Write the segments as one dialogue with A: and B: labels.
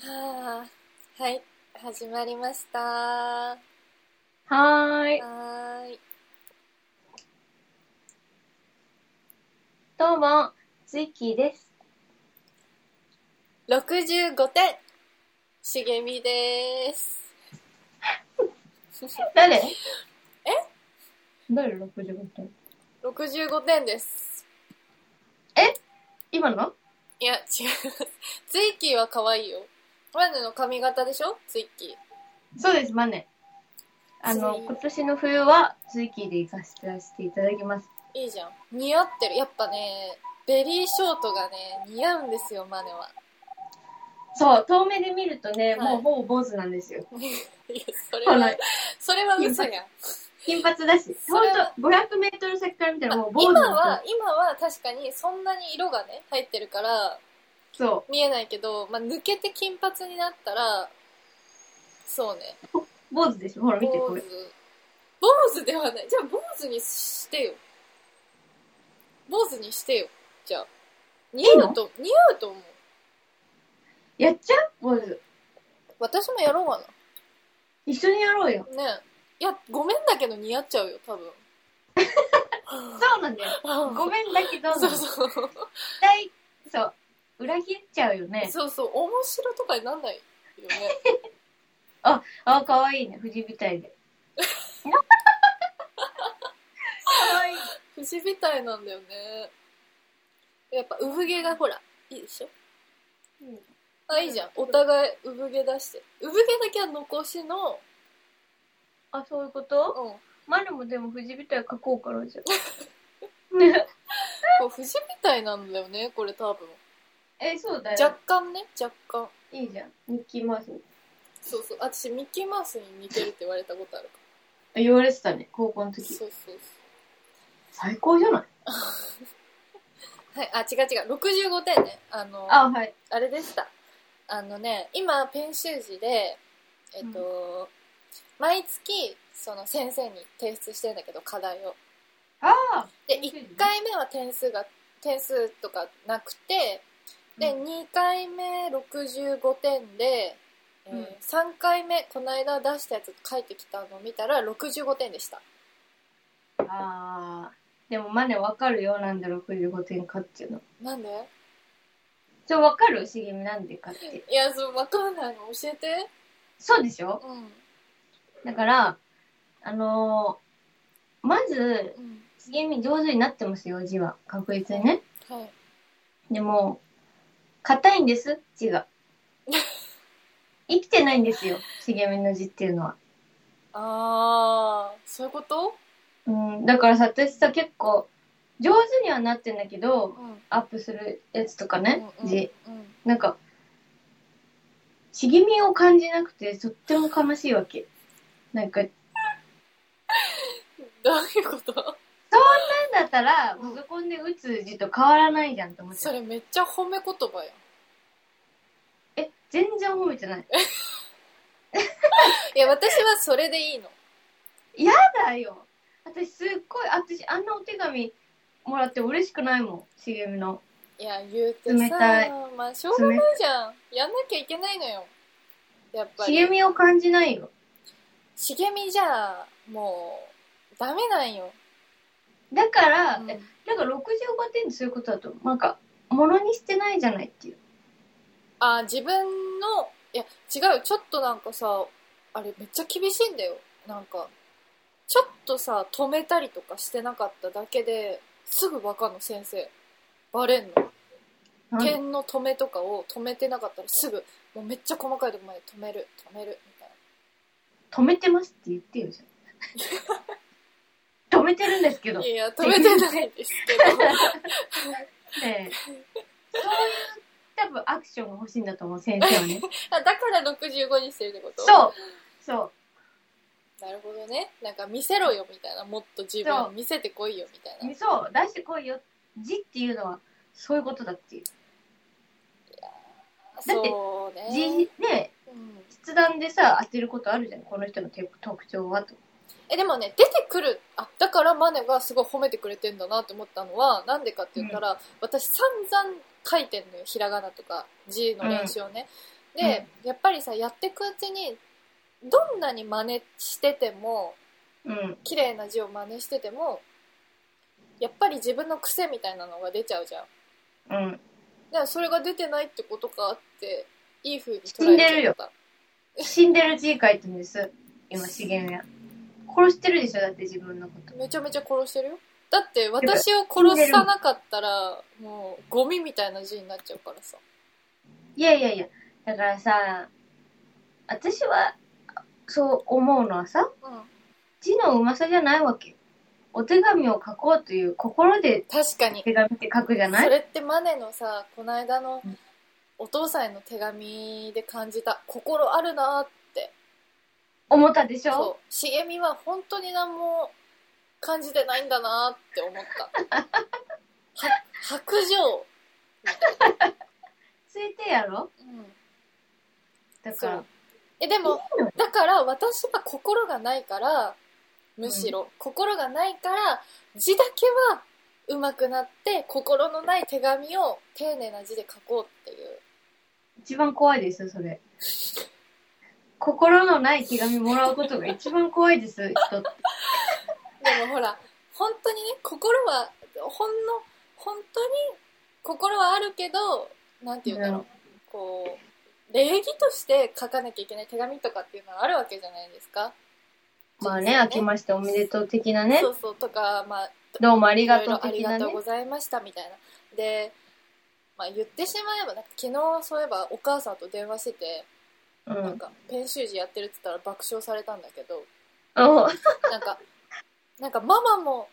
A: はあ、はい、始まりました。は
B: はーい。
A: ーい。
B: どうも、ツイッキーです。
A: 65点茂みです。
B: 誰え誰 ?65 点。
A: 65点です。
B: 今の
A: いや、違う。ツイッキーは可愛いよ。ワヌの髪型でしょツイッキ
B: そうです、マネ。あの、
A: ツイ
B: 今年の冬はツイッキーで行かせていただきます。
A: ー。いいじゃん。似合ってる。やっぱね、ベリーショートがね、似合うんですよ、マネは。
B: そう、遠目で見るとね、
A: はい
B: もうほぼ坊主なんですよ。
A: いや、それ
B: ほ
A: は
B: ら、、
A: それは嘘やん。
B: 金髪だし、
A: そ
B: ほ
A: れ
B: ん
A: は
B: と、500メートル先から見たらもう坊主
A: 今
B: なんですよ
A: は、今は確かにそんなに色がね、入ってるから、
B: そ
A: 見えないけど、まあ、抜けて金髪になったらそうね
B: う、坊主でしょ。ほら、見て
A: 坊
B: こ
A: 主
B: れ。
A: 坊主ではないじゃあ坊主にしてよ坊主にしてよじゃあ似
B: い
A: 合
B: の
A: うと似合うと思う
B: やっちゃう坊主。
A: 私もやろうか
B: 一緒にやろうよ。
A: なねえいやごめんだけど似合っちゃうよ多分
B: そうなんだよ。ごめんだけど、
A: そうそうそう
B: 絶対、そう、裏切っちゃうよね。
A: そうそう面白とかになんないよね
B: あ、かわいいね、富士みたい で。かわいい。
A: 不死みたいなんだよねやっぱ産毛がほらいいでしょあ、いいじゃん。お互い産毛出して。産毛だけは残しの、
B: あ、そういうこと
A: うん。
B: マルもでも富士みたい書こうからじゃん。
A: こう、藤みたいなんだよね、これ多分。
B: え、そうだ
A: 若
B: よ。
A: 干ね、若干。
B: いいじゃん。ミッキーマウス。
A: そうそう。あ私、ミッキーマウスに似てるって言われたことあるか
B: 言われてたね、高校の
A: ら。
B: 時。
A: そうそう
B: 最高じゃない
A: そう。はい、あ、違う違う。65点ね。あの、あ
B: あ、はい。
A: れでした。あのね、今、ペン習字で、えっと、毎月、その先生に提出してんだけど、課題を。
B: ああ
A: で、1回目は点数が、点数とかなくて、で、
B: うん
A: 2回目65点で、えー
B: うん
A: 3回目この間出したやつ書いてきたのを見たら65点でした
B: ああ。でもマネわかるよ、なんで65点かっていうの。
A: なんで
B: ちょ、わかるしげみなんでかって。
A: いやそう分かんないの教えて
B: そうでしょ
A: うん
B: だから、あのーまず、
A: うん
B: しげみ上手になってますよ、字は。確実にね。
A: はい
B: でも、硬いんです、字が。生きてないんですよ、茂みの字っていうのは。
A: ああそういうこと
B: うん、だからさ、私さ、結構、上手にはなってんだけど、
A: うん
B: アップするやつとかね、
A: うん
B: 字。
A: うん
B: なんか、茂みを感じなくて、とっても悲しいわけ。なんか、
A: どういうこと
B: なんだったら、パソコンで打つ字と変わらないじゃんと思っ
A: そ
B: て。
A: れめっちゃ褒め言葉やん
B: え、全然褒めてない。
A: いや私はそれでいいの
B: やだよ。私すっごい、私あんなお手紙もらって嬉しくないもん、茂みの。
A: いや言うて
B: 冷たい
A: さまあしょうがないじゃんやんなきゃいけないのよやっぱり
B: 茂みを感じないよ。
A: 茂みじゃもうダメなんよ、
B: だから、
A: うん
B: えだから65点ってそういうことだと思う、なんか、ものにしてないじゃないっていう。
A: あ自分のいや違うよちょっとなんかさあれめっちゃ厳しいんだよなんかちょっとさ止めたりとかしてなかっただけですぐバカの先生バレんの
B: なん
A: 点の止めとかを止めてなかったらすぐもうめっちゃ細かいとこまで止める止めるみたい
B: 止めてますって言ってよ じゃん。止めてるんですけど。
A: な
B: ね
A: いや止めてないですけ ど
B: えそういう、多分アクションが欲しいんだと思う、先生はね。
A: あだから65にしてるってこと
B: そう。そう。
A: なるほどねなんか見せろよみたいなもっと自
B: そう
A: 分見せてこいよみたいな
B: そう、出してこいよ。字っていうのは、そういうことだっていう。て
A: そうね
B: 字、ね、
A: うん
B: 筆談でさ、当てることあるじゃん。この人の特特徴はと。
A: えでもね出てくるあだからマネがすごい褒めてくれてんだなって思ったのはなんでかって言ったら、私散々書いてんのよひらがなとか字の練習をね、で、やっぱりさやってくうちにどんなに真似してても
B: うん。
A: 綺麗な字を真似しててもやっぱり自分の癖みたいなのが出ちゃうじゃん
B: うん。
A: だからそれが出てないってことかっていい風に
B: 死んでる
A: ちゃ
B: よ
A: った
B: 死んでる字書いてるんです。今、茂みは。殺してるでしょだって自分のこと。
A: めちゃめちゃ殺してるよだって私を殺さなかったらもうゴミみたいな字になっちゃうからさ
B: いやいやいや。だからさ、私は、そう思うのはさ、
A: うん
B: 字のうまさじゃないわけよ。お手紙を書こうという心で
A: 確かに
B: 手紙って書くじゃな
A: そ
B: い
A: れってマネのさこの間の
B: うん
A: お父さんへの手紙で感じた心あるなーって
B: 思ったでしょ
A: そう茂みは本当に何も感じてないんだなーって思った は白状、
B: ついてやろ
A: うん、
B: だ
A: そ
B: か
A: う
B: ら。
A: えでも
B: いいの
A: だから私は心がないからむしろ、心がないから字だけは上手くなって心のない手紙を丁寧な字で書こうっていう
B: 一番怖いですよ、それ。心のない手紙もらうことが一番怖いです、人って。
A: でもほら本当にね心はほんの本当に心はあるけどなんて言うんだろう、
B: うん
A: こう礼儀として書かなきゃいけない手紙とかっていうのはあるわけじゃないですか
B: まあね、明けましておめでとう的なね
A: そ、うそうとかまあ
B: どうもあり
A: いろ
B: が
A: い
B: とう
A: ろあ
B: 的
A: り
B: な
A: が
B: ね
A: とう。ございましたみたいな。で、まあ、言ってしまえば、なんか昨日そういえばお母さんと電話してて、
B: う
A: なん
B: ん。
A: か編集時やってるって言ったら爆笑されたんだけど、
B: お
A: なんか、 なんかママも、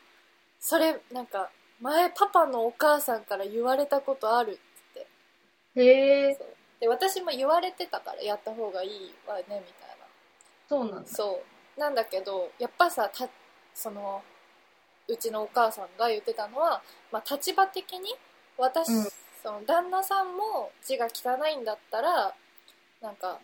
A: それ、なんか、前パパのお母さんから言われたことあるって言って。
B: へえ、
A: で、私も言われてたからやった方がいいわね、みたいな。
B: そうなんだ。
A: そうなんだけどやっぱさたそのうちのお母さんが言ってたのは、まあ、立場的に私、
B: うん
A: その旦那さんも字が汚いんだったらなんか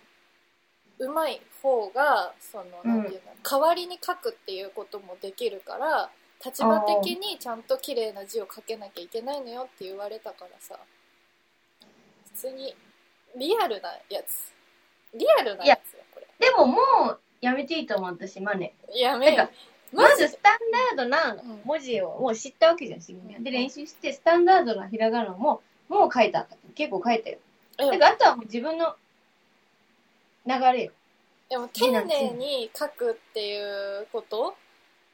A: うまい方がその
B: うん
A: なんていうんだ代わりに書くっていうこともできるから立場的にちゃんと綺麗な字を書けなきゃいけないのよって言われたからさ普通にリアルなやつリアルなやつよこれ。
B: でももうやめていいと思う、私、マネ。
A: やめ
B: なん
A: よ
B: か。
A: マ
B: ま
A: ジ
B: ずスタンダードな
A: うん
B: 文字をもう知ったわけじゃん、しげみは
A: うん
B: で、練習して、スタンダードなひらがなも、もう書いた。結構書いたよ。だ
A: で
B: か
A: も
B: らあとはもう自分の流れよ。
A: でも丁寧に書くっていうこと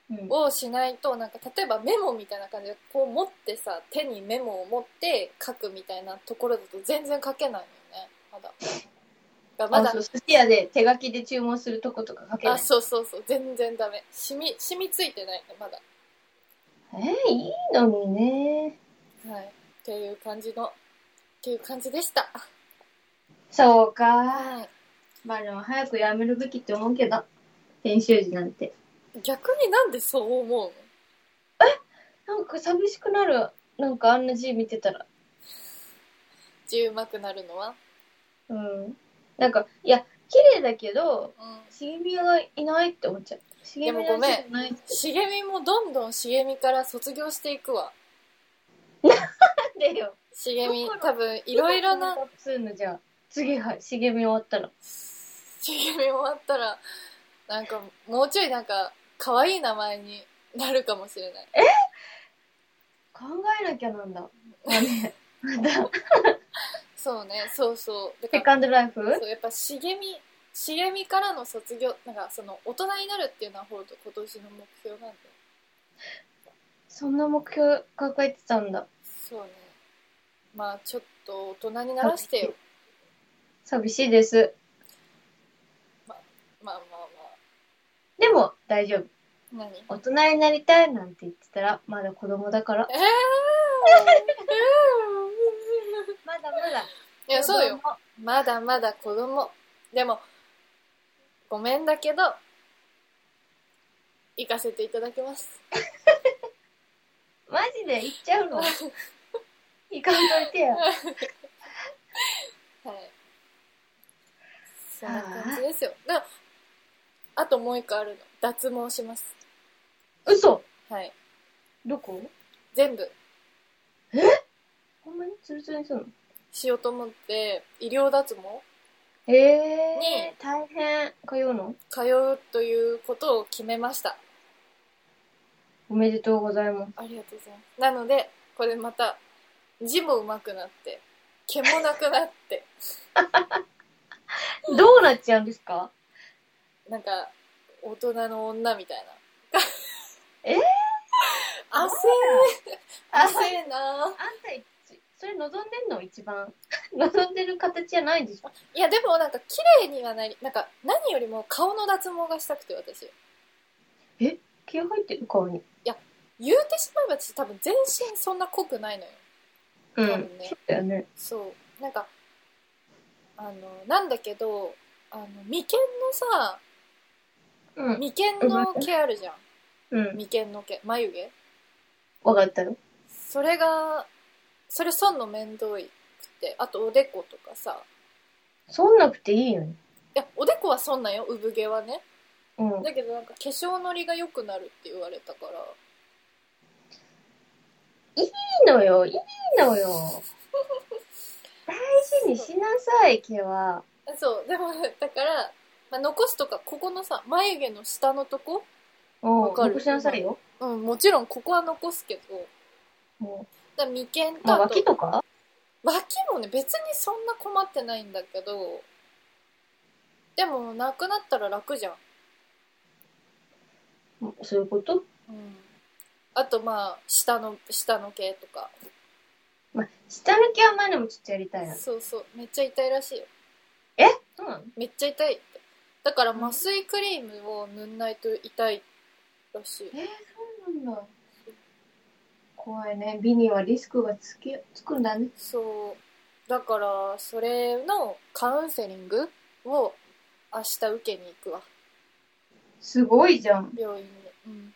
B: うん。
A: をしないとなんか例えばメモみたいな感じでこう持ってさ手にメモを持って書くみたいなところだと全然書けないのよねまだだからま
B: あ
A: だ
B: そう寿司屋で手書きで注文するとことか書けない
A: あ。そうそうそう全然ダメ染み染みついてないのまだ
B: えー、いいのにね。
A: はいっていう感じのっていう感じでした
B: そうか。
A: はい
B: まあでも早くやめるべきって思うけど。編集時なんて。
A: 逆になんでそう思うの
B: なんか寂しくなる。なんかあんな字見てたら。
A: 字うまくなるのは
B: うん。なんか、いや、綺麗だけど、
A: うん
B: 茂みがいないって思っちゃう。茂み
A: でもごめん
B: ん。ないって。
A: 茂みもどんどん茂みから卒業していくわ
B: なんでよ。
A: 茂み
B: どこの
A: 多分いろいろな
B: 普通のじゃあ、次は茂み終わったら。
A: 茂み終わったらなんかもうちょいなんか可愛い名前になるかもしれない
B: 考えなきゃなんだ。まあね。また、
A: そうねそうそうだ
B: セ
A: から
B: カンドライフ
A: そうやっぱ茂み茂みからの卒業なんかその大人になるっていうのはほんと今年の目標なんで
B: そんな目標抱えてたんだ。
A: そうねまあちょっと大人にならしてよ
B: 寂しいです。
A: まあまあ
B: でも大丈夫。
A: まあ何
B: 大人になりたいなんて言ってたら、まだ子供だから。
A: えー、
B: まだまだ。
A: いやそうよ。まだまだ子供。でも、ごめんだけど、行かせていただきます。
B: マジで行っちゃうの 行かんといてよ。
A: はい。そんな感じですよ。でもあともう一個あるの。脱毛します。
B: 嘘
A: はい。
B: どこ
A: 全部
B: ほんまにツルツルにするの
A: しようと思って、医療脱毛
B: ええ
A: ね
B: ー、大変。通うの
A: 通うということを決めました。
B: おめでとうございます。
A: ありがとうございます。なので、これまた、字も上手くなって、毛もなくなって、
B: どうなっちゃうんですか
A: なんか、大人の女みたいな。
B: えー
A: 汗
B: あ、それ、
A: 汗な
B: あんたいち、それ望んでんの一番。 望んでる形じゃないでしょ
A: いや、でもなんか、綺麗にはなり、なんか、何よりも顔の脱毛がしたくて、私。
B: 毛入ってる顔に。
A: 言うてしまえば私多分全身そんな濃くないのよ。
B: う
A: 多
B: ん
A: 分。ね
B: そうだよね。
A: そう。なんか、あの、なんだけど、あの、眉間のさ、
B: うん。
A: 眉間の毛あるじゃん。
B: うん。
A: 眉間の毛、眉毛
B: わかったよ。
A: それが、それ損の面倒いくて、あとおでことかさ、
B: そんなくていいよね。
A: いや、おでこは損なんよ、産毛はね。
B: うん。
A: だけどなんか化粧のりが良くなるって言われたから、
B: いいのよ、いいの よ。大事にしなさい、毛は。
A: そう、でも、だから、まあ、残すとか、ここのさ、眉毛の下のとこ、
B: うん、
A: わかる
B: 残しなさいよ。
A: うん、もちろんここは残すけど、
B: うん
A: だから眉間と
B: まあ、
A: あと
B: 脇とか
A: 脇もね別にそんな困ってないんだけどでもなくなったら楽じゃん、
B: そういうこと
A: うん、あとまあ下の下の毛とか
B: まあ、下の毛は前のもちょっとやりたいな。
A: そうそうめっちゃ痛いらしいよ
B: そうなの
A: めっちゃ痛いってだから麻酔クリームを塗んないと痛いらしい
B: えー、そうなんだ。怖いね。美にはリスクがつき、つくんだね。
A: そうだからそれのカウンセリングを明日受けに行くわ
B: すごいじゃん。
A: 病院に、うん、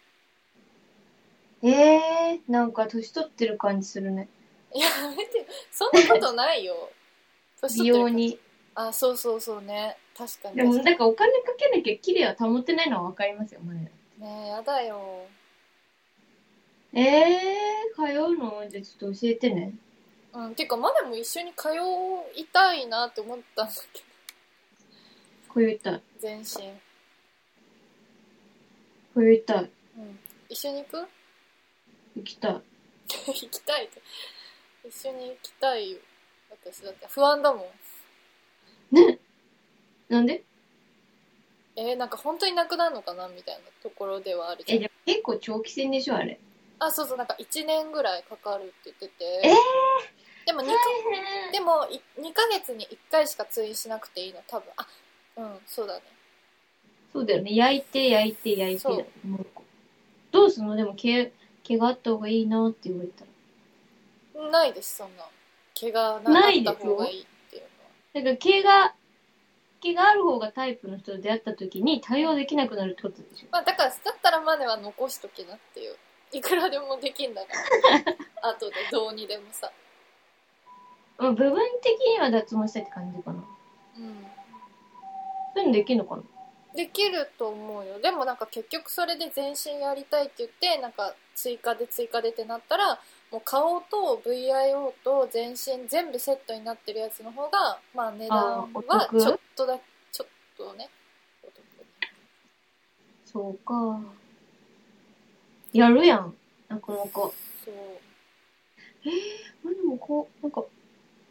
B: えー、なんか年取ってる感じするね。
A: いややめてよそんなことないよ年 取っ
B: 美
A: てるから
B: 容に。
A: あ、そうそうそうね。確かに。
B: でも、
A: ね
B: なんかお金かけなきゃ綺麗は保てないのはわかりますよ、ね。
A: え、やだよ。
B: えー、通うのじゃあちょっと教えてね。
A: うん、てか、マネも一緒に通いたいなって思ったんだけど。
B: 通いたい。
A: 全身。
B: 通いたい。
A: うん。一緒に行く
B: 行きたい。
A: 行きたいって。一緒に行きたいよ。私だって不安だもん。
B: ねなんで
A: えーなんか本当になくなるのかなみたいなところではあるじゃ
B: え、
A: ん。
B: でも結構長期戦でしょ、あれ。
A: あ、そうそう、なんか1年ぐらいかかるって言ってて。
B: え
A: でも2か、でもい2ヶ月に1回しか通院しなくていいの、多分。あ、うん、そうだね。
B: そうだよね。焼いて、焼いて、焼いて。
A: そう
B: もうどうすんのでも毛、毛があった方がいいなって言われた
A: ないですそんな毛がなか
B: ない
A: っ
B: で
A: た
B: し
A: 方
B: ょ
A: がいいっていう
B: ら。だから毛が、毛がある方がタイプの人と出会った時に対応できなくなるってことでしょ。
A: のはまあだからだったらマネは残しときなっていういくらでもできんだから 後でどうにでもさ
B: まあ、部分的には脱毛したいって感じかな。
A: うん
B: そういうのできるのかな
A: できると思うよでもなんか結局それで全身やりたいって言ってなんか追加で追加でってなったらもう顔と VIO と全身全部セットになってるやつの方がまあ値
B: あ
A: 段
B: ーお
A: は
B: 得
A: ちょっとだちょっとねお得
B: そうか。やるやん。なかなか。
A: そう
B: まあ、でもこう、なんか、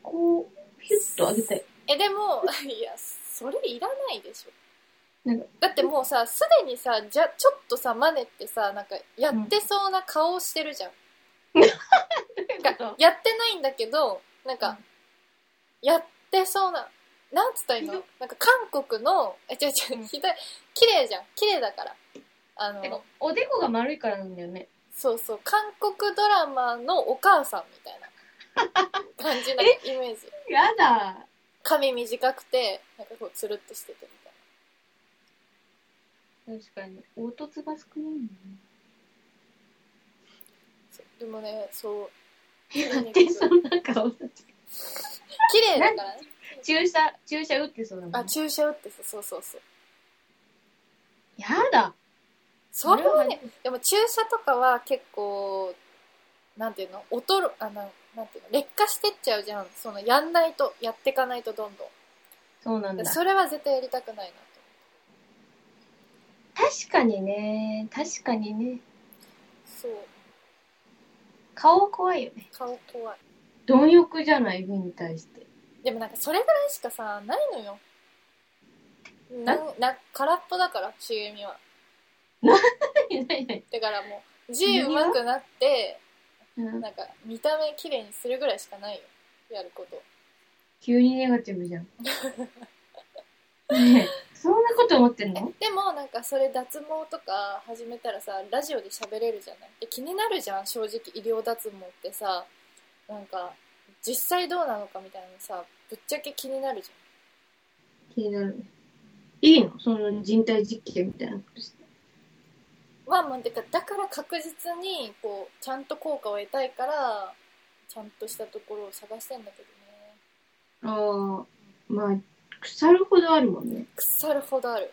B: こう、ヒュッと上げたい。
A: えでも いやそれいらないでしょ
B: なんか
A: だってもうさすでにさじゃちょっとさマネってさなんかやってそうな顔してるじゃん、なんかやってないんだけどなんか、やってそうななんつったらいいの
B: ひ
A: なんか韓国のえ違う
B: う
A: 違うんひどい綺麗じゃん綺麗だからあ
B: でも
A: の
B: おでこが丸いからなんだよね。
A: そうそう韓国ドラマのお母さんみたいな 感じのイメージ
B: やだ。
A: 髪短くてなんかこうつるっとしててみたいな
B: 確かに。凹凸が少ないんだ
A: そうでもね、そう。
B: ね。で、
A: 綺
B: そん な顔さ、
A: 麗だからね。
B: 注射、注射打ってそうだも
A: あ、
B: ん。
A: 注射打ってさ、そうそうそう。
B: やだ。
A: それはね、、でも注射とかは結構、なんていうの、劣る、あの、なんていうの、劣化してっちゃうじゃん。その、やんないと、やってかないとどんどん。
B: そうなんだ。
A: それは絶対やりたくないなと。
B: 確かにね。確かにね。
A: そう。
B: 顔怖いよね。
A: 顔怖い。
B: 貪欲じゃない美に 対して。
A: でもなんかそれぐらいしかさ、ないのよ。な、な、空っぽだから、茂みは。
B: ないないない。
A: だからもう、字上手くなって、
B: うん
A: なんか見た目綺麗にするぐらいしかないよ。やること。
B: 急にネガティブじゃん。ねえそんなこと思ってんの
A: でもなんかそれ脱毛とか始めたらさラジオで喋れるじゃないで気になるじゃん正直医療脱毛ってさなんか実際どうなのかみたいなのさぶっちゃけ気になるじ
B: 気になる。いいのその人体実験みたいなことし
A: ゃん
B: て。
A: まあまあてかだから確実にこうちゃんと効果を得たいからちゃんとしたところを探してんだけどね
B: ああ、まあ、腐るほどあるもんね。
A: 腐るほどある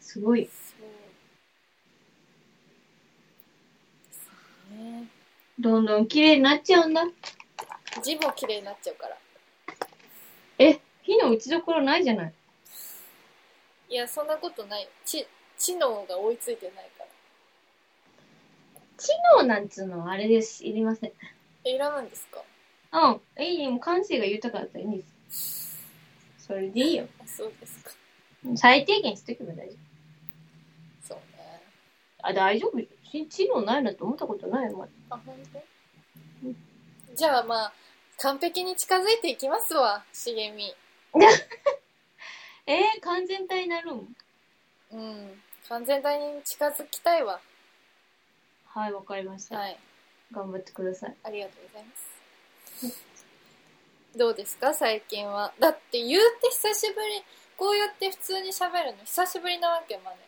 B: すごい。
A: そうですね
B: どんどん綺麗になっちゃうんだ。
A: 字も綺麗になっちゃうから
B: え、火の打ちどころないじゃない。
A: いやそんなことない知知能が追いついてないから
B: 知能なんつうのはあれです。いりません。
A: えいらないんですか
B: うん。え、いいもう感性が豊かだったらいいんです。それでいいよ。
A: あそうですか
B: 最低限しとけば大丈夫。
A: そうね
B: あ、大丈夫よ。知知能ないなって思ったことないよ、まだ
A: あ本当じゃあまあ完璧に近づいていきますわ茂み
B: えー、完全体になるん
A: うん完全体に近づきたいわ
B: はい、わかりました。
A: はい
B: 頑張ってください。
A: ありがとうございますどうですか最近はだって言うて久しぶりこうやって普通に喋るの久しぶりなわけよまね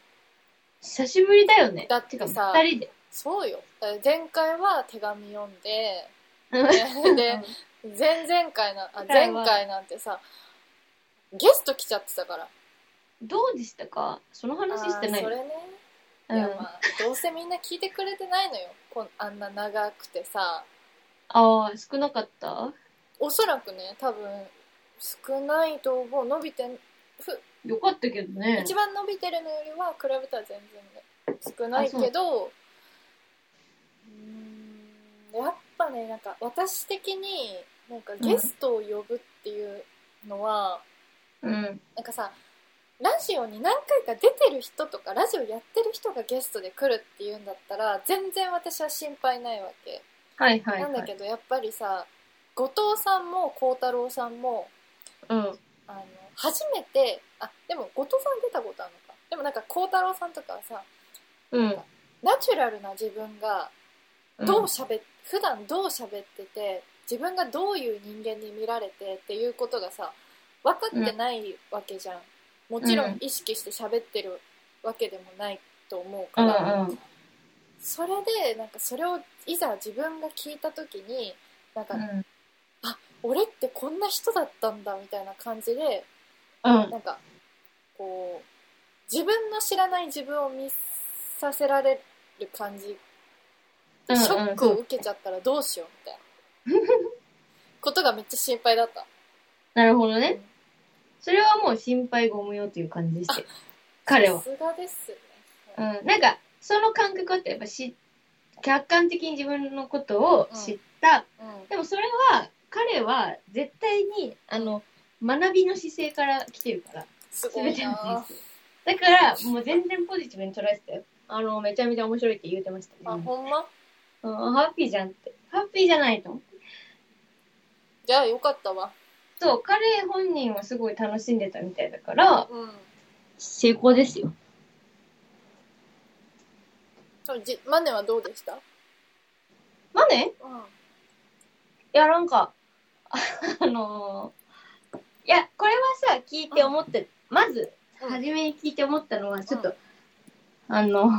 B: 久しぶりだよね。
A: だってさ
B: てか二人で。
A: そうよだから前回は手紙読ん でで
B: うん
A: 前々回なあ
B: 前
A: 前
B: 回は
A: 回なんてさゲスト来ちゃってたから
B: どうでしたかその話してない。
A: あーそれねいやまあ、どうせみんな聞いてくれてないのよこんあんな長くてさ
B: ああ、少なかった
A: おそらくね多分少ないと思う伸びてふ
B: よかったけどね
A: 一。番伸びてるのよりは比べたら全然ね少ないけどうーんやっぱねなんか私的になんかゲストを呼ぶっていうのは、
B: うん。
A: なんかさラジオに何回か出てる人とかラジオやってる人がゲストで来るっていうんだったら全然私は心配ないわけ、
B: はいはい、はい。
A: なんだけどやっぱりさ後藤さんも孝太郎さんも
B: うん。
A: あの初めてあでも後藤さん出たことあるのかでもなんか孝太郎さんとかはさ
B: うん。
A: ナチュラルな自分がどう喋っ、普段どう喋ってて自分がどういう人間に見られてっていうことがさ分かってないわけじゃん、もちろ
B: うん
A: ん意識して喋ってるわけでもないと思う
B: う
A: か
B: ん
A: ら、
B: うん。
A: それでなんかそれをいざ自分が聞いた時になんか、
B: うん。
A: 俺ってこんな人だったんだみたいな感じで
B: うん。
A: なんかこう自分の知らない自分を見させられる感じ
B: うん。
A: ショックを受けちゃったらどうしようみたいなことがめっちゃ心配だった。
B: なるほど
A: う
B: ね
A: ん。
B: それはもう心配ご無用という感じでして。彼は
A: さ。すがですね。
B: うん。なんか、その感覚ってやっぱし、客観的に自分のことを知った。
A: うん。
B: でもそれは、彼は絶対に、あの、学びの姿勢から来てるから。
A: すご
B: 全
A: い
B: ての
A: な
B: 人。生。だから、もう全然ポジティブに捉えてたよ。あの、めちゃめちゃ面白いって言うてました
A: あ、
B: ね。
A: ほんま
B: うん、ハッピーじゃんって。ハッピーじゃないと思う。
A: じゃあよかったわ。
B: そう、彼本人はすごい楽しんでたみたいだから、
A: うん。
B: 成功ですよ。
A: でもじマネはどうでした
B: まあね、
A: うん。
B: いや、なんか、 あのーいや、これはさ、聞いて思って、まず、
A: うん
B: 初めに聞いて思ったのは、ちょっと、
A: うん
B: あの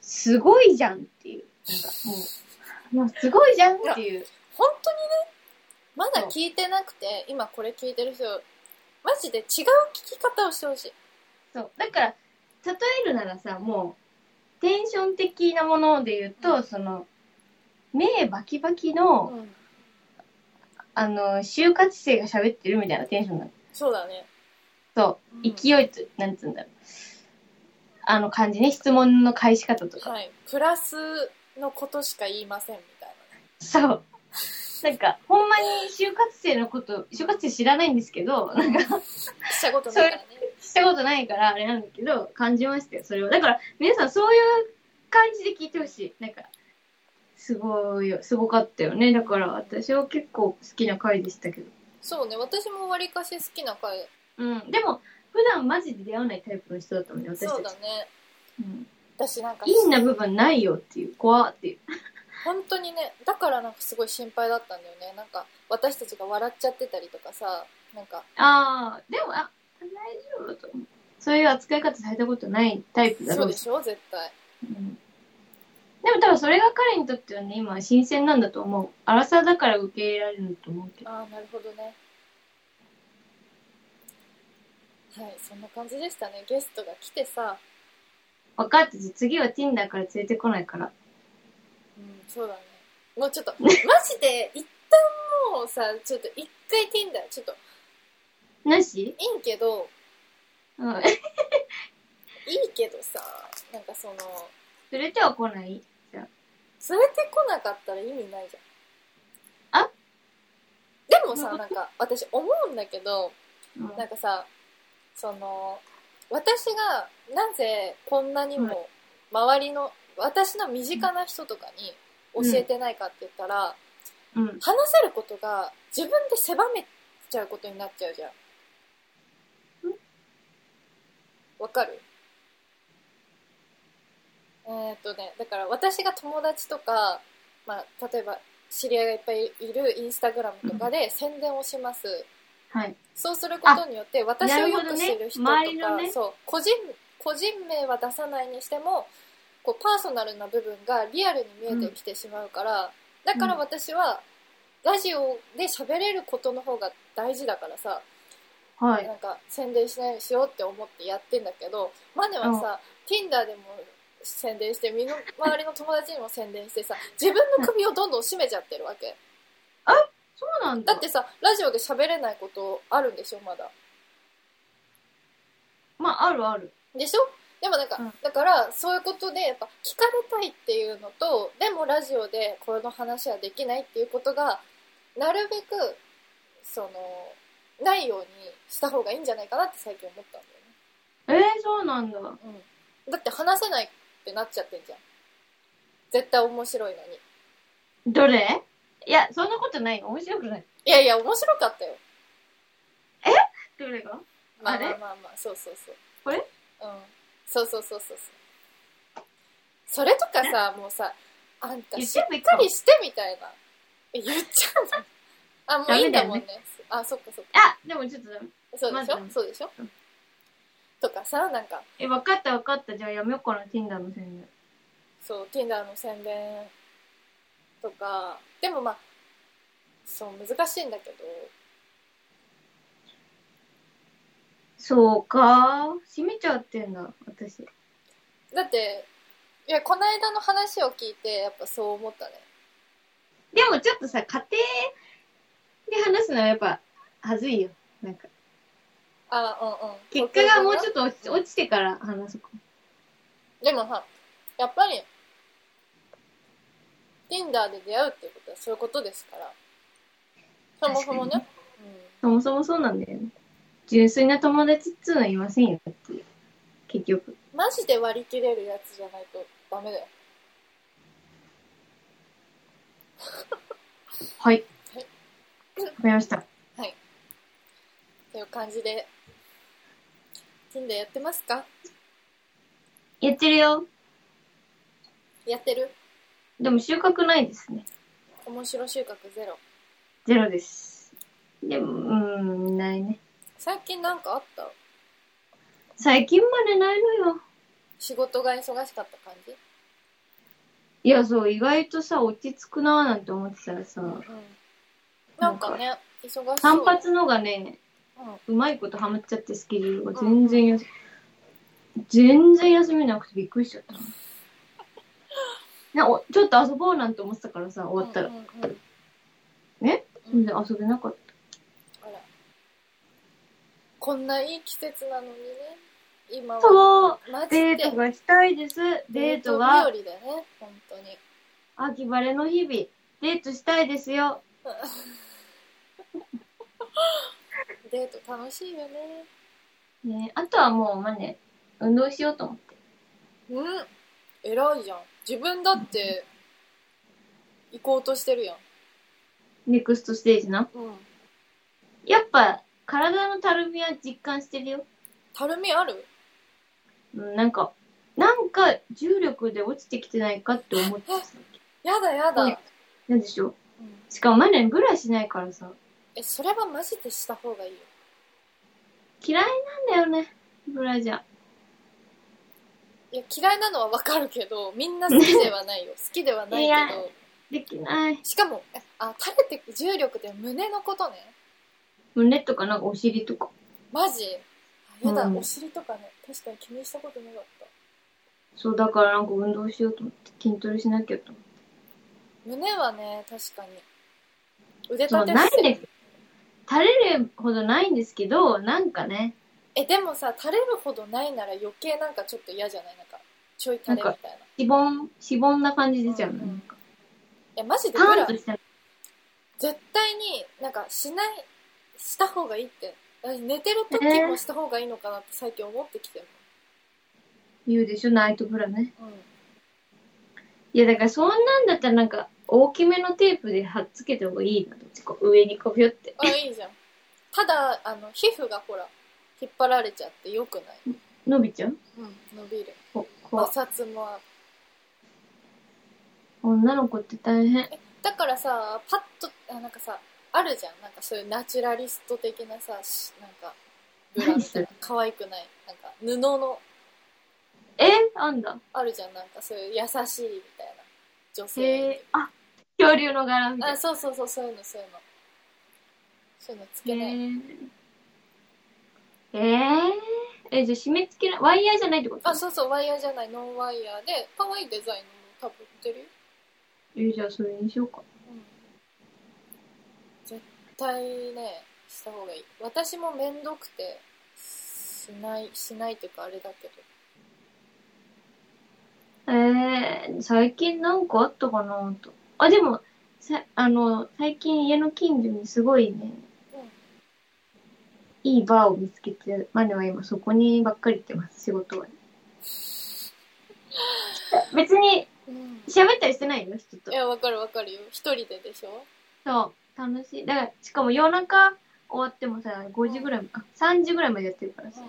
B: すごいじゃんっていう。なんか、もう、もうすごいじゃんっていう。
A: 本当にね、まだ聞いてなくて、今これ聞いてる人、マジで違う聞き方をしてほしい。
B: そう。だから、例えるならさ、もう、テンション的なもので言うと、
A: うん
B: その、目バキバキの、
A: うん。
B: あの、就活生が喋ってるみたいなテンションなの。
A: そうだね。
B: そうう、
A: ん
B: 勢いと、なんつうんだろう。あの感じね、質問の返し方とか。
A: はい。プラスのことしか言いませんみたい
B: そう。なんか、ほんまに就活生のこと、就活生知らないんですけど、なんか、
A: な。したことないからね。
B: したことないからあれなんだけど、感じましたよ、それは。だから、皆さんそういう感じで聞いてほしい。なんか、すごいよ、すごかったよね。だから、私は結構好きな回でしたけど。
A: そうね。私もわりかし好きな回。
B: うん。でも、普段マジで出会わないタイプの人だったもんね、私たち。
A: そうだね。
B: うん
A: 私なんか、
B: いいな部分ないよっていう、怖っていう。
A: 本当にね、だからなんかすごい心配だったんだよね。なんか、私たちが笑っちゃってたりとかさ、なんか、
B: ああ、でも、あ、大丈夫だと思う。そういう扱い方されたことないタイプだ
A: そ
B: ろ
A: う
B: う
A: で
B: し。
A: しょ絶対。
B: うんでも多分それが彼にとってはね、今は新鮮なんだと思う。荒さだから受け入れられると思うけど。
A: ああ、なるほどね。はい、そんな感じでしたね。ゲストが来てさ、
B: 分かった。じゃあ次は Tinder から連れてこないから。
A: うん、そうだね。もうちょっと、マジで、一旦もうさ、ちょっと一回 Tinder、ちょっと、
B: なし
A: いいけど、
B: うん。
A: い いけどさ、なんかその、
B: 連れては来ない
A: 連れてこなかったら意味ないじゃん。
B: あ
A: でもさ、なんか、私思うんだけど、
B: うん。
A: なんかさ、その、私がなぜこんなにも周りの、私の身近な人とかに教えてないかって言ったら、
B: うん。
A: 話せることが自分で狭めちゃうことになっちゃうじゃん。わかるえーっとね、だから私が友達とか、まあ、例えば知り合いがいっぱいいるインスタグラムとかで宣伝をします。
B: はい。
A: そうすることによって私をよ
B: なる
A: く
B: ほど
A: 知
B: ね
A: る人とか、
B: 周りのね
A: そう個人個人名は出さないにしてもこうパーソナルな部分がリアルに見えてきてしまうから、だから私はラジオで喋れることの方が大事だからさ、
B: はい。
A: なんか宣伝しないようにしようって思ってやってんだけどマネはさ、Tinder でも宣伝して身の周りの友達にも宣伝してさ自分の首をどんどん絞めちゃってるわけ
B: そうなんだ。
A: だってさラジオで喋れないことあるんでしょまだ
B: まあ、あるある。
A: でしょでもなんか、
B: うん
A: だからそういうことでやっぱ聞かれたいっていうのとでもラジオでこの話はできないっていうことがなるべくそのないようにした方がいいんじゃないかなって最近思ったん
B: えー、そうなんだ。
A: だよね、うん、だって話せないってなっちゃってんじゃん絶対面白いのに
B: どれいや、そんなことない。面白くない。
A: いやいや面白かったよ
B: どれが
A: まあ
B: あれ
A: まあまあまあそうそうそう
B: これ
A: うんそうそうそうそうそうそれとかさもうさあんた
B: 言っ
A: してっ
B: もいい
A: か
B: か
A: りしてみたいなえ言っちゃう のあもういいんだもんねあそっかそっか
B: あ、でもちょっとダメ。
A: そうでしょ、
B: まず
A: そうでしょ、
B: うん
A: とかさなんか
B: え、分かった分かった。じゃあやめようかな、Tinder の宣伝。
A: そう Tinder の宣伝とかでもまあそう難しいんだけど
B: そうか閉めちゃってんだ、私。
A: だっていやこの間の話を聞いてやっぱそう思ったね
B: でもちょっとさ、家庭で話すのはやっぱ、はずいよ。なんか、
A: あうんうん
B: 結果がもうちょ
A: っ
B: っと落ち落ちてから話そうか。
A: とでもさやっぱり Tinder で出会うっていうことはそういうことですからそもそもね、
B: そもそもそうなんだよね。純粋な友達っつうのはいませんよっていう。結局。
A: うん、マジで割り切れるやつじゃないとダメだよは
B: はい。
A: い
B: わかりました。
A: っていう感じで Tinder やってますか
B: やってるよ。
A: やってる
B: でも収穫ないですね。
A: 面白収穫ゼロ
B: ゼロです。でも、うーん、ないね。
A: 最近なんかあった
B: 最近までないのよ。
A: 仕事が忙しかった感じ
B: いや、そう、意外とさ、落ち着くなーなんて思ってたらさ、
A: うんなんかね忙しそうで
B: 単発のがね、
A: うん
B: うまいことハマっちゃってスケジュールが全然やす、全然休みなくてびっくりしちゃったな。なおちょっと遊ぼうなんて思ってたからさ、終わったら。
A: うんうんうん
B: ね
A: うん
B: 全然遊べなかっ
A: あら。こんないい季節なのにね。今
B: た。
A: は。
B: そう
A: マジ
B: デ
A: で。
B: ートがしたいです。デートは
A: デート日和だね、本当に。
B: 秋晴れの日々。デートしたいですよ。
A: デート楽しいよね。
B: ね、あとはもう、まあね、運動しようと思って。
A: うん。偉いじゃん。自分だって、行こうとしてるやん。
B: ネクストステージな。
A: うん。
B: やっぱ、体のたるみは実感してるよ。
A: たるみある
B: うん、なんか、なんか重力で落ちてきてないかって思ってた。
A: やだやだ。
B: うんなんでしょう。
A: うん
B: しかもマネンブラしないからさ。
A: え、それはマジでした方がいいよ。
B: 嫌いなんだよね。ブラジャー。
A: いや、嫌いなのはわかるけど、みんな好きでは ないよ。好きではない
B: いや
A: けど。
B: できない。
A: しかも、えあ、垂れてく重力で胸のことね。
B: 胸とかなんかお尻とか。
A: マジあやだ、
B: うん
A: お尻とかね。確かに気にしたことなかった。
B: そう、だからなんか運動しようと思って、筋トレしなきゃと思って。
A: 胸はね、確かに。腕
B: そ
A: 立
B: う、
A: て
B: ない
A: 伏
B: ん
A: せ
B: です。垂れるほどないんですけど、なんかね、
A: え、でもさ、垂れるほどないなら余計なんかちょっと嫌じゃないなんか、ちょい垂れみたいな。い
B: しぼん、しぼんな感じ出ちゃうの。
A: うんうんや、マジで
B: パ
A: ブ
B: ーン
A: ラ、
B: とした
A: 絶対になんかしない、した方がいいって。私寝てる時もした方がいいのかなって最近思ってきてる
B: 言うでしょ、ナイトブラね。
A: もん。うん。
B: いや、だからそんなんだったらなんか、大きめのテープで貼っつけた方がいいなと。こう上にこうぴょって。
A: あ、いいじゃん。ただ、あの、皮膚がほら、引っ張られちゃって良くない。
B: 伸びちゃう
A: うん、伸びる。
B: こう、こ
A: 摩
B: う。
A: 擦もある。
B: 女の子って大変。
A: だからさ、パッと、あなんかさ、あるじゃん。なんかそういうナチュラリスト的なさ、しなんか、ブラみたいな
B: 何それ。
A: 可愛くない。なんか、布の、
B: えあんだ。
A: あるじゃん。なんかそういう優しいみたいな。女
B: へ
A: 性。
B: え。あ、恐竜の柄みたい
A: あ、
B: な。
A: そうそうそう、そういうの、そういうの。そういうのつ
B: へ
A: けない。
B: え。えー、え、じゃあ締め付けない。ワイヤーじゃないってこと
A: あ、そうそう、ワイヤーじゃない、ノンワイヤーで、可愛いデザインの多分売ってるよ。
B: え、じゃあそれにしようか。
A: うん絶対ねした方がいい私も面倒くてしないしないっていうかあれだけど
B: えー、最近なんかあったかなと。あ、でも、さ、あの、最近家の近所にすごいね、
A: うん
B: いいバーを見つけて、マネは今そこにばっかり行ってます、仕事は。別に
A: うん
B: 喋ったりしてないよ、人と
A: い。やわかるわかるよ一人ででしょ
B: そう、楽しい。だから、しかも夜中終わってもさ、5時ぐらい、あ、3時ぐらいまでやってるからさ、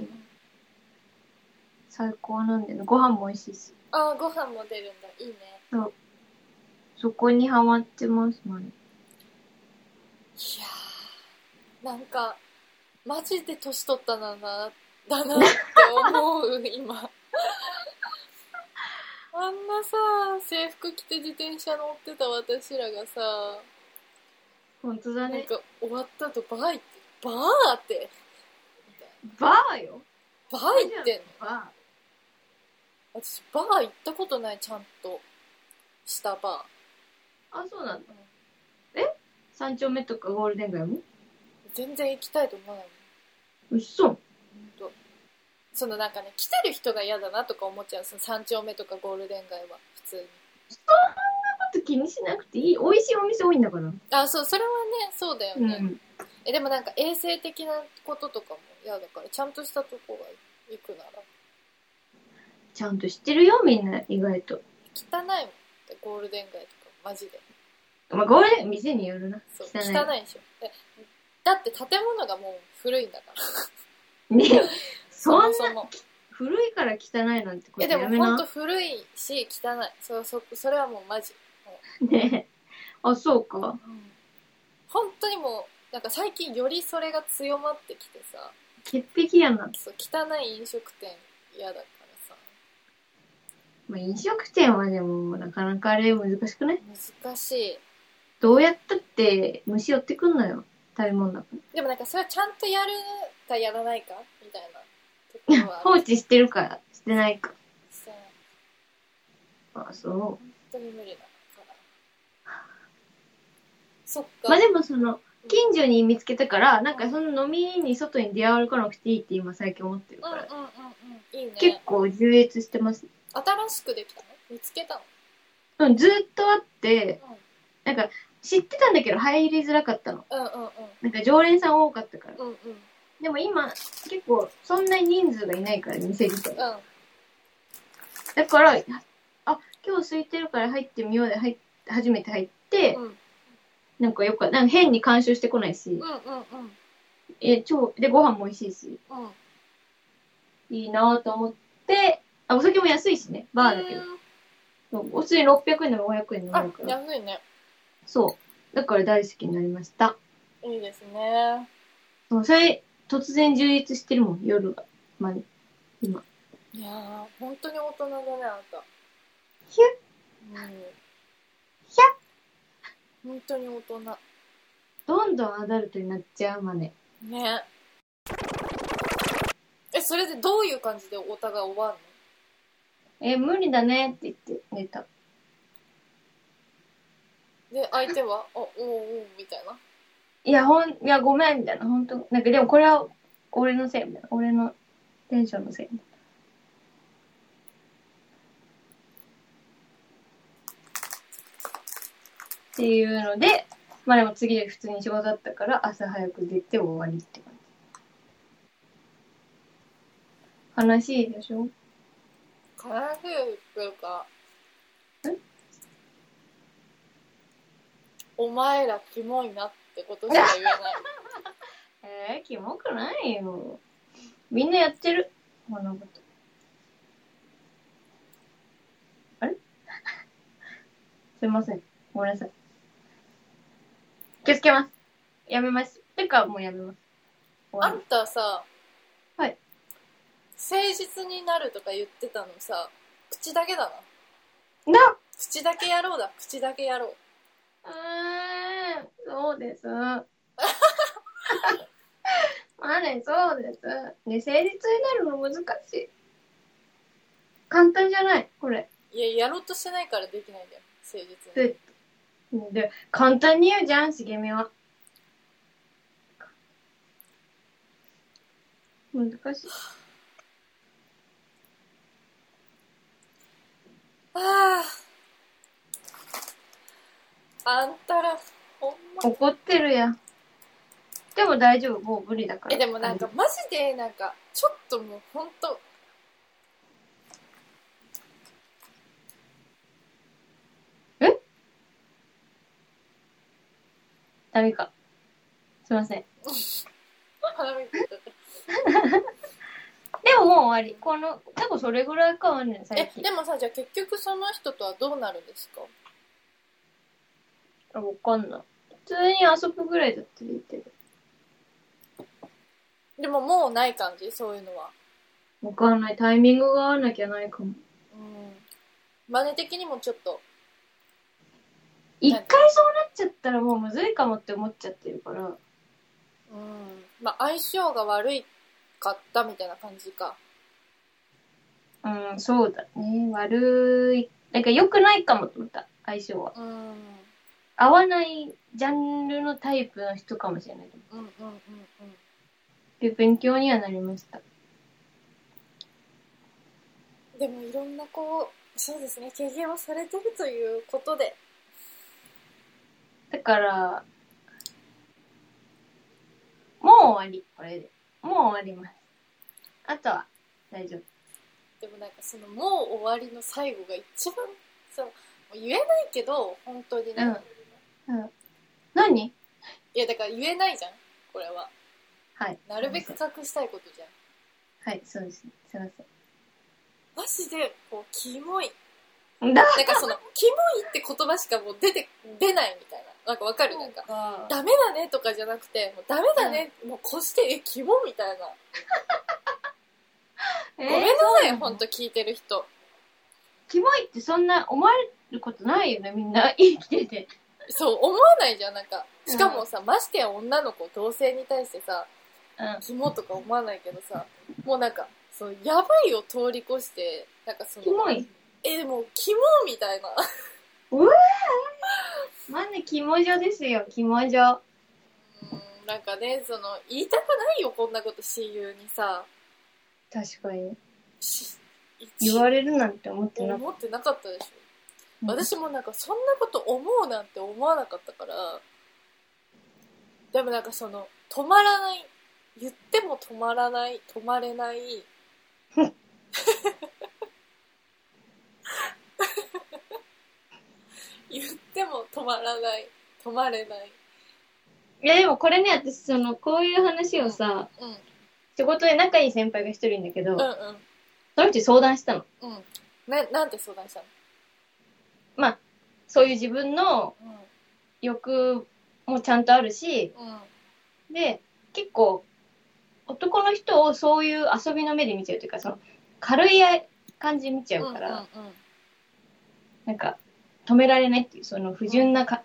B: 最高なんだよね。ご飯も美味しいし。
A: あーご飯も出るんだいいね
B: そこにハマってます、マネ。
A: いやーなんかマジで年取ったななだなって思 う今あんなさ制服着て自転車乗ってた私らがさ
B: 本当だ
A: なん
B: ね。
A: か終わった後バー行って、バーって、みたい
B: バーよ。
A: な。バー行ってんの
B: バ
A: 私、バー行ったことない、ちゃんと。したバ
B: ー。あ、そうなんだ。え三丁目とかゴールデン街も
A: ー。全然行きたいと思わない
B: うっそ。
A: もん。ほんと。そのなんかね、来てる人が嫌だなとか思っちゃう。その三丁目とかゴールデン街は、普通に。
B: あと気にしなくていい。美味しいお店多いんだから。
A: あ、そう、それはね、そうだよ
B: う
A: ね。
B: ん。
A: え、でもなんか衛生的なこととかも嫌だから、ちゃんとしたとこが行くなら。
B: ちゃんと知ってるよ、みんな、意外と。
A: 汚いもんって、ゴールデン街とか、マジで。
B: まあ、ゴールデン、店によるな。
A: そう
B: 汚い
A: 汚いでしょえだって建物がもう古いんだから
B: ねそんな、
A: そも
B: 古いから汚いなんて
A: そ
B: こ
A: もえ
B: と
A: でも
B: やめ
A: ほん
B: な
A: と。古いし汚いそそそれはもうマジ、
B: ね あ、そうか。
A: うん、本当にもうなんか最近よりそれが強まってきてさ
B: 潔癖やな。
A: そう汚い飲食店嫌だからさ
B: まあ、飲食店はでも、なかなかあれ難しくない
A: 難しい
B: どうやったって虫寄ってくんのよ。食べ物だか
A: でもなんかそれはちゃんとやるかやらないかみたいなところ
B: ら。
A: は
B: 放置してるか、してないか。
A: そう
B: あ、そう。
A: 本当に無理だから。そっか。
B: まあでもその、近所に見つけたから、なんかその飲みに外に出歩かなくていいって今最近思ってる
A: う
B: か
A: んうん
B: ら、
A: うんうん。いい
B: 結
A: ね。
B: 構充実してます。
A: 新しくできたの見つけたの
B: うんずっとあって、
A: う
B: なんか知ってたんだけど入りづらかったの。
A: んうんうん
B: なんか常連さん多かったから。
A: うん。うんうん。
B: でも今、結構そんなに人数がいないから、店自体。
A: うん。
B: だから、あ、今日空いてるから入ってみようで入っ、初めて入って、
A: うん
B: なんかよく、なんか変に干渉してこないし
A: う、んうんうん。
B: え、超、で、ご飯も美味しいし、
A: うん。
B: いいなと思って、あ、お酒も安いしね、バーだけど。そう普通に600円でも500円でもあ
A: あ
B: るか、ら。
A: 安いね。
B: そう。だから大好きになりました。
A: いいですね。
B: そうそれ、突然充実してるもん、夜が。まあ、ね、
A: いやー、本当に大人だね、あんた。
B: ひゃ
A: うん。
B: ひゃ
A: 本当に大人。
B: どんどんアダルトになっちゃうまで。
A: ね。え、それでどういう感じでお互い終わんの
B: え、無理だねって言って寝た。
A: で、相手 は、あ、おうおう、みたいな。
B: いや、ほん、いや、ごめん、みたいな、本当なんか、でもこれは、俺のせい、みたいな。俺のテンションのせい。っていうので、まあでも次普通に仕事だったから、朝早く出て終わりって感じ。悲しいでしょ
A: 悲しいというか
B: え、
A: お前らキモいなってことしか 言えない。
B: えー、キモくないよ。みんなやってる。こんなこと。あれ すいません。ごめんなさい。気をつけます。やめます。てか、もうやめます。
A: あ
B: 終わ
A: んたさ、
B: はい。
A: 誠実になるとか言ってたのさ、口だけだな。
B: る。な
A: 口だけやろうだ、口だけやろう。
B: うーん、そうです。まあね、そうです。ね、誠実になるの難しい。簡単じゃない、これ。
A: いや、やろうとしてないからできないんだよ、誠実に。
B: で、で簡単に言うじゃん、茂みは。難しい。
A: ああ。あんたら、ほんま。
B: 怒ってるやん。でも大丈夫、もう無理だから。
A: え、でもなんか、マジで、なんか、ちょっともう、ほんと。
B: ダメか。すいません。
A: 花見てた
B: でももう終わり。この、多分それぐらいかはね、最
A: え、
B: 近。
A: でもさ、じゃあ結局その人とはどうなるんですか
B: わかんない。普通に遊ぶぐらいだったらいいけど。
A: でももうない感じそういうのは。
B: わかんない。タイミングが合わなきゃないかも。
A: うん。真似的にもちょっと。
B: 一回そうなっちゃったらもうむずいかもって思っちゃってるから。
A: うん。まあ、相性が悪いかったみたいな感じか。
B: うん、そうだね。悪い。なんか良くないかもと思った。相性は。
A: うん。うん
B: 合わないジャンルのタイプの人かもしれない。
A: うんうんうん。
B: で勉強にはなりました。
A: でもいろんなこう、そうですね、経験をされてるということで。
B: だから、もう終わり。これで。もう終わります。あとは、大丈夫。
A: でもなんかそのもう終わりの最後が一番、そう、もう言えないけど、本当にね。
B: うん何
A: いやだから言えないじゃん、これは。
B: はい。
A: なるべく。隠したいことじゃん。
B: はい、そうですね。すいませ
A: マジで、こう、キモい。
B: ん。だ
A: なん かその、キモいって言葉しかもう出て、出ないみたいな。なんかわかるなんか。
B: か
A: ダメだねとかじゃなくて、もうダメだね、もうこして、え、キモみたいな。
B: え
A: ごめんなさい、
B: そう
A: ほんと聞いてる人。
B: キモいってそんな思われることないよね、みんな。 生きてて。
A: そう、思わないじゃん、なんか。しかもさ、ましてや女の子、同性に対してさ、
B: うん。
A: キモとか思わないけどさ、もうなんか、そう、やばいを通り越して、なんかその、
B: キモい。
A: え、でも、キモみたいな。
B: うわまずキモジョですよ、キモジョ。
A: うんなんかね、その、言いたくないよ、こんなこと親友にさ。
B: 確かに。
A: し
B: 言われるなんて思ってなかっ
A: 思ってなかったでしょ。
B: た。
A: 私もなんかそんなこと思うなんて思わなかったからでもなんかその止まらない言っても止まらない止まれない言っても止まらない止まれない
B: いやでもこれね、私その、こういう話をさ、
A: うん
B: 仕事で仲いい先輩が一人いるんだけど、
A: うん
B: その人に相談したの。
A: うんうんななんて相談したの
B: まあ、そういう自分の欲もちゃんとあるし、
A: うんうん
B: で、結構、男の人をそういう遊びの目で見ちゃうというか、その、軽い感じで見ちゃうから、
A: うんうんうん
B: なんか、止められないっていう、その不純なか、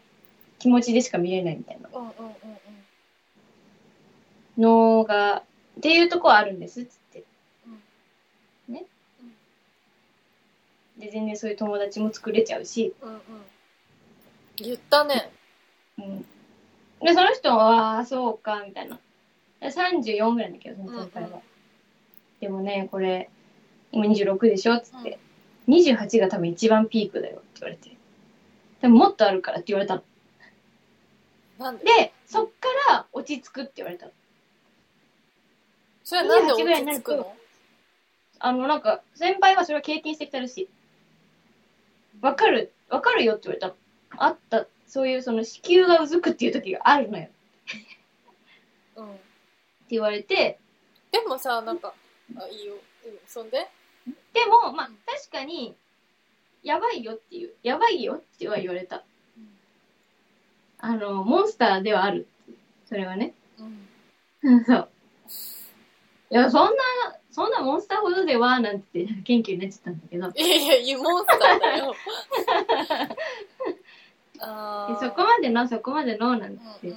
B: 気持ちでしか見れないみたいな
A: うんうんうん
B: のが、っていうとこはあるんです、つって。ね
A: うん。
B: で、全然そういう友達も作れちゃうし、
A: うんうんうん言ったね
B: うん。で、その人は、ああ、そうか、みたいな。34ぐらいだけど、その先輩は。
A: うんうん
B: でもね、これ、今26でしょつって、28が多分一番ピークだよって言われて。でももっとあるからって言われたの。
A: なんで
B: で、そっから落ち着くって言われたの。
A: それはなんで
B: 28ぐらいに
A: 落
B: な
A: ち
B: る
A: 着
B: と
A: くの
B: あの、なんか、先輩はそれを経験してきたらしい。わかる、わかるよって言われたの。あった、そういうその子宮がうずくっていう時があるのよって
A: うん
B: 言われて、
A: でもさ、なんか、あ、いいよ。うん、そんで
B: でも、まあ、確かに、やばいよっていう、やばいよっては言われた。あの、モンスターではある。それはね。
A: うん。
B: うんそう。いや、そんな、そんなモンスターほどでは、なんて、元気になっちゃったんだけど。で
A: いやいや、湯モンスターだ よ。あー
B: そこまでの、そこまでの、なん
A: うん
B: て
A: う。ん。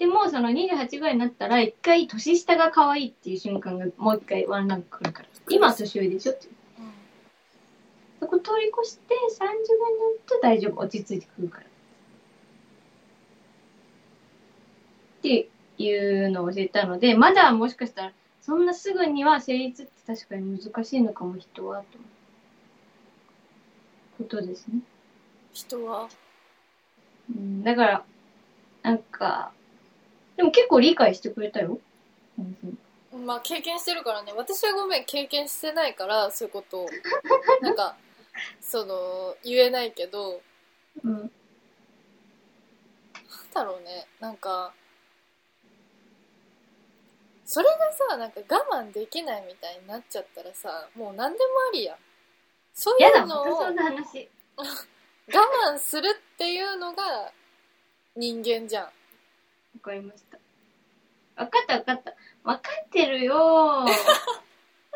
B: でも、その28ぐらいになったら、一回年下が可愛いっていう瞬間が、もう一回ワンランク来るから。今は年上でしょって。
A: うん
B: そこ通り越して、30ぐらいになると大丈夫。落ち着いてくるから。っていうのを教えたので、まだもしかしたら、そんなすぐには成立って確かに難しいのかも、人は、と。ことですね。
A: 人は、
B: うん、だから、なんか、でも結構理解してくれたよ。先生
A: まあ経験してるからね。私はごめん、経験してないから、そういうことを。なんか、その、言えないけど、
B: うん。
A: なんだろうね。なんか、それがさ、なんか我慢できないみたいになっちゃったらさ、もう何でもありやん。そうい
B: やだ、
A: う
B: ま
A: のを。
B: たそんな話。
A: 我慢するっていうのが人間じゃん。
B: わかりました。わかったわかった。わかってるよ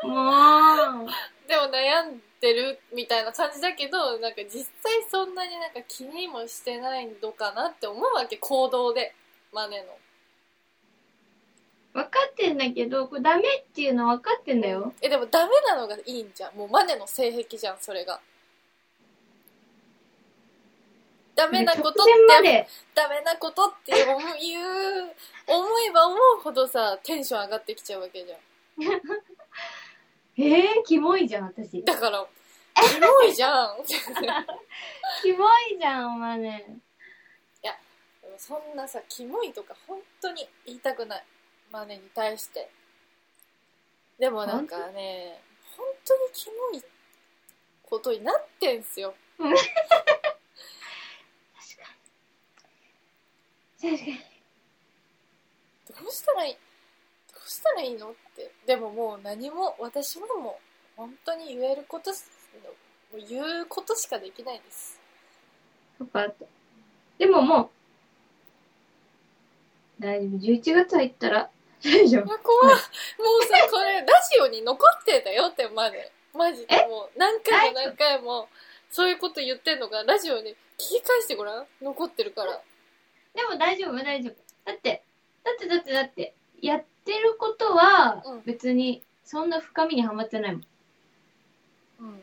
B: ー。もう。
A: でも悩んでるみたいな感じだけど、なんか実際そんなになんか気にもしてないのかなって思うわけ、行動で。マネの。
B: 分かってんだけど、これダメっていうの分かってんだよ。
A: え、でもダメなのがいいんじゃん。もうマネの性癖じゃん、それが。ダメなことって
B: 直前ま、で、
A: ダメなことって思う、言う、思えば思うほどさ、テンション上がってきちゃうわけじゃん。
B: えー、キモいじゃん、私。キ
A: だから、キモいじゃん。
B: モいじゃん、まあね。
A: でもそんなさ、キモいとか本当に言いたくない。マネに対して。でもなんかね、本当にキモいことになってんすよ。
B: 確かに。
A: どうしたらいい、どうしたらいいのって。でももう何も、私はもう本当に言えることし、もう言うことしかできないです。
B: そっか、あと。でももう、大丈夫。11月入ったら、大丈
A: い
B: 夫。
A: や、怖い。もうさ、これラジオに残ってたよって、マネ。マジでもう何回も何回も、そういうこと言ってんのが、ラジオに聞き返してごらん。残ってるから。
B: でも大丈夫、大丈夫。だって、だって、だって、だって、やってることは
A: うん、
B: 別に、そんな深みにはまってないもん。
A: うん。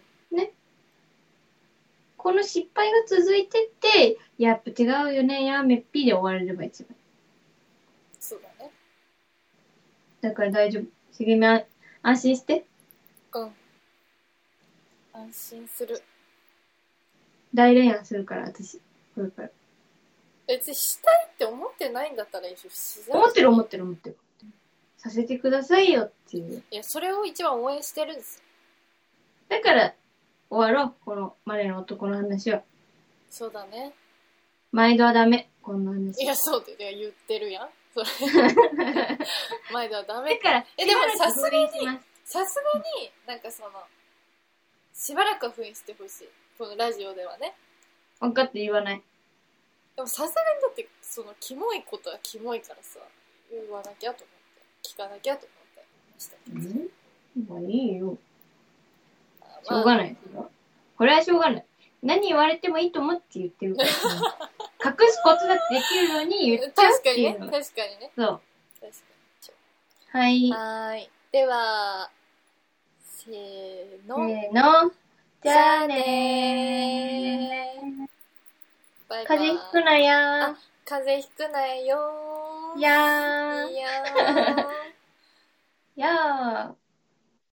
B: この失敗が続いてって、やっぱ違うよね、やめっぴで終われれば一番。
A: そうだね。
B: だから大丈夫。茂みあ安心して。
A: うん。安心する。
B: 大恋愛するから、私。これから。
A: 別にしたいって思ってないんだったらいいし、自然
B: 思ってる思ってる思ってる。させてくださいよっていう。
A: いや、それを一番応援してるんですよ。
B: だから、終わろう。このマネの男の話は。
A: そうだね。
B: 毎度はダメ。こんな話。
A: い や、そうだよ。言ってるやん。それ。前ではダメ
B: だから、
A: えでも
B: しばらく封印します
A: さすがに、なんかその、しばらくは封印してほしい。このラジオではね。
B: 分かって言わない。
A: でもさすがにだって、その、キモいことはキモいからさ、言わなきゃと思って、聞かなきゃと思ってましたけど。
B: まあいいよ。
A: あ
B: しょうがないですよ。これはしょうがない。何言われてもいいと思って言ってるから。 隠すことだってできるのに言っちゃうっ
A: 確か
B: て
A: に
B: い
A: ね、
B: う
A: 確
B: の
A: か
B: が。
A: にね、
B: そう。
A: 確か
B: はい
A: に。。はーい。では、せーの。
B: せーの。じゃあ
A: ねー。バイバイ。
B: 風邪ひくなや
A: 風邪ひくなよ
B: ー。
A: ー。
B: やー。
A: いやー。
B: やー。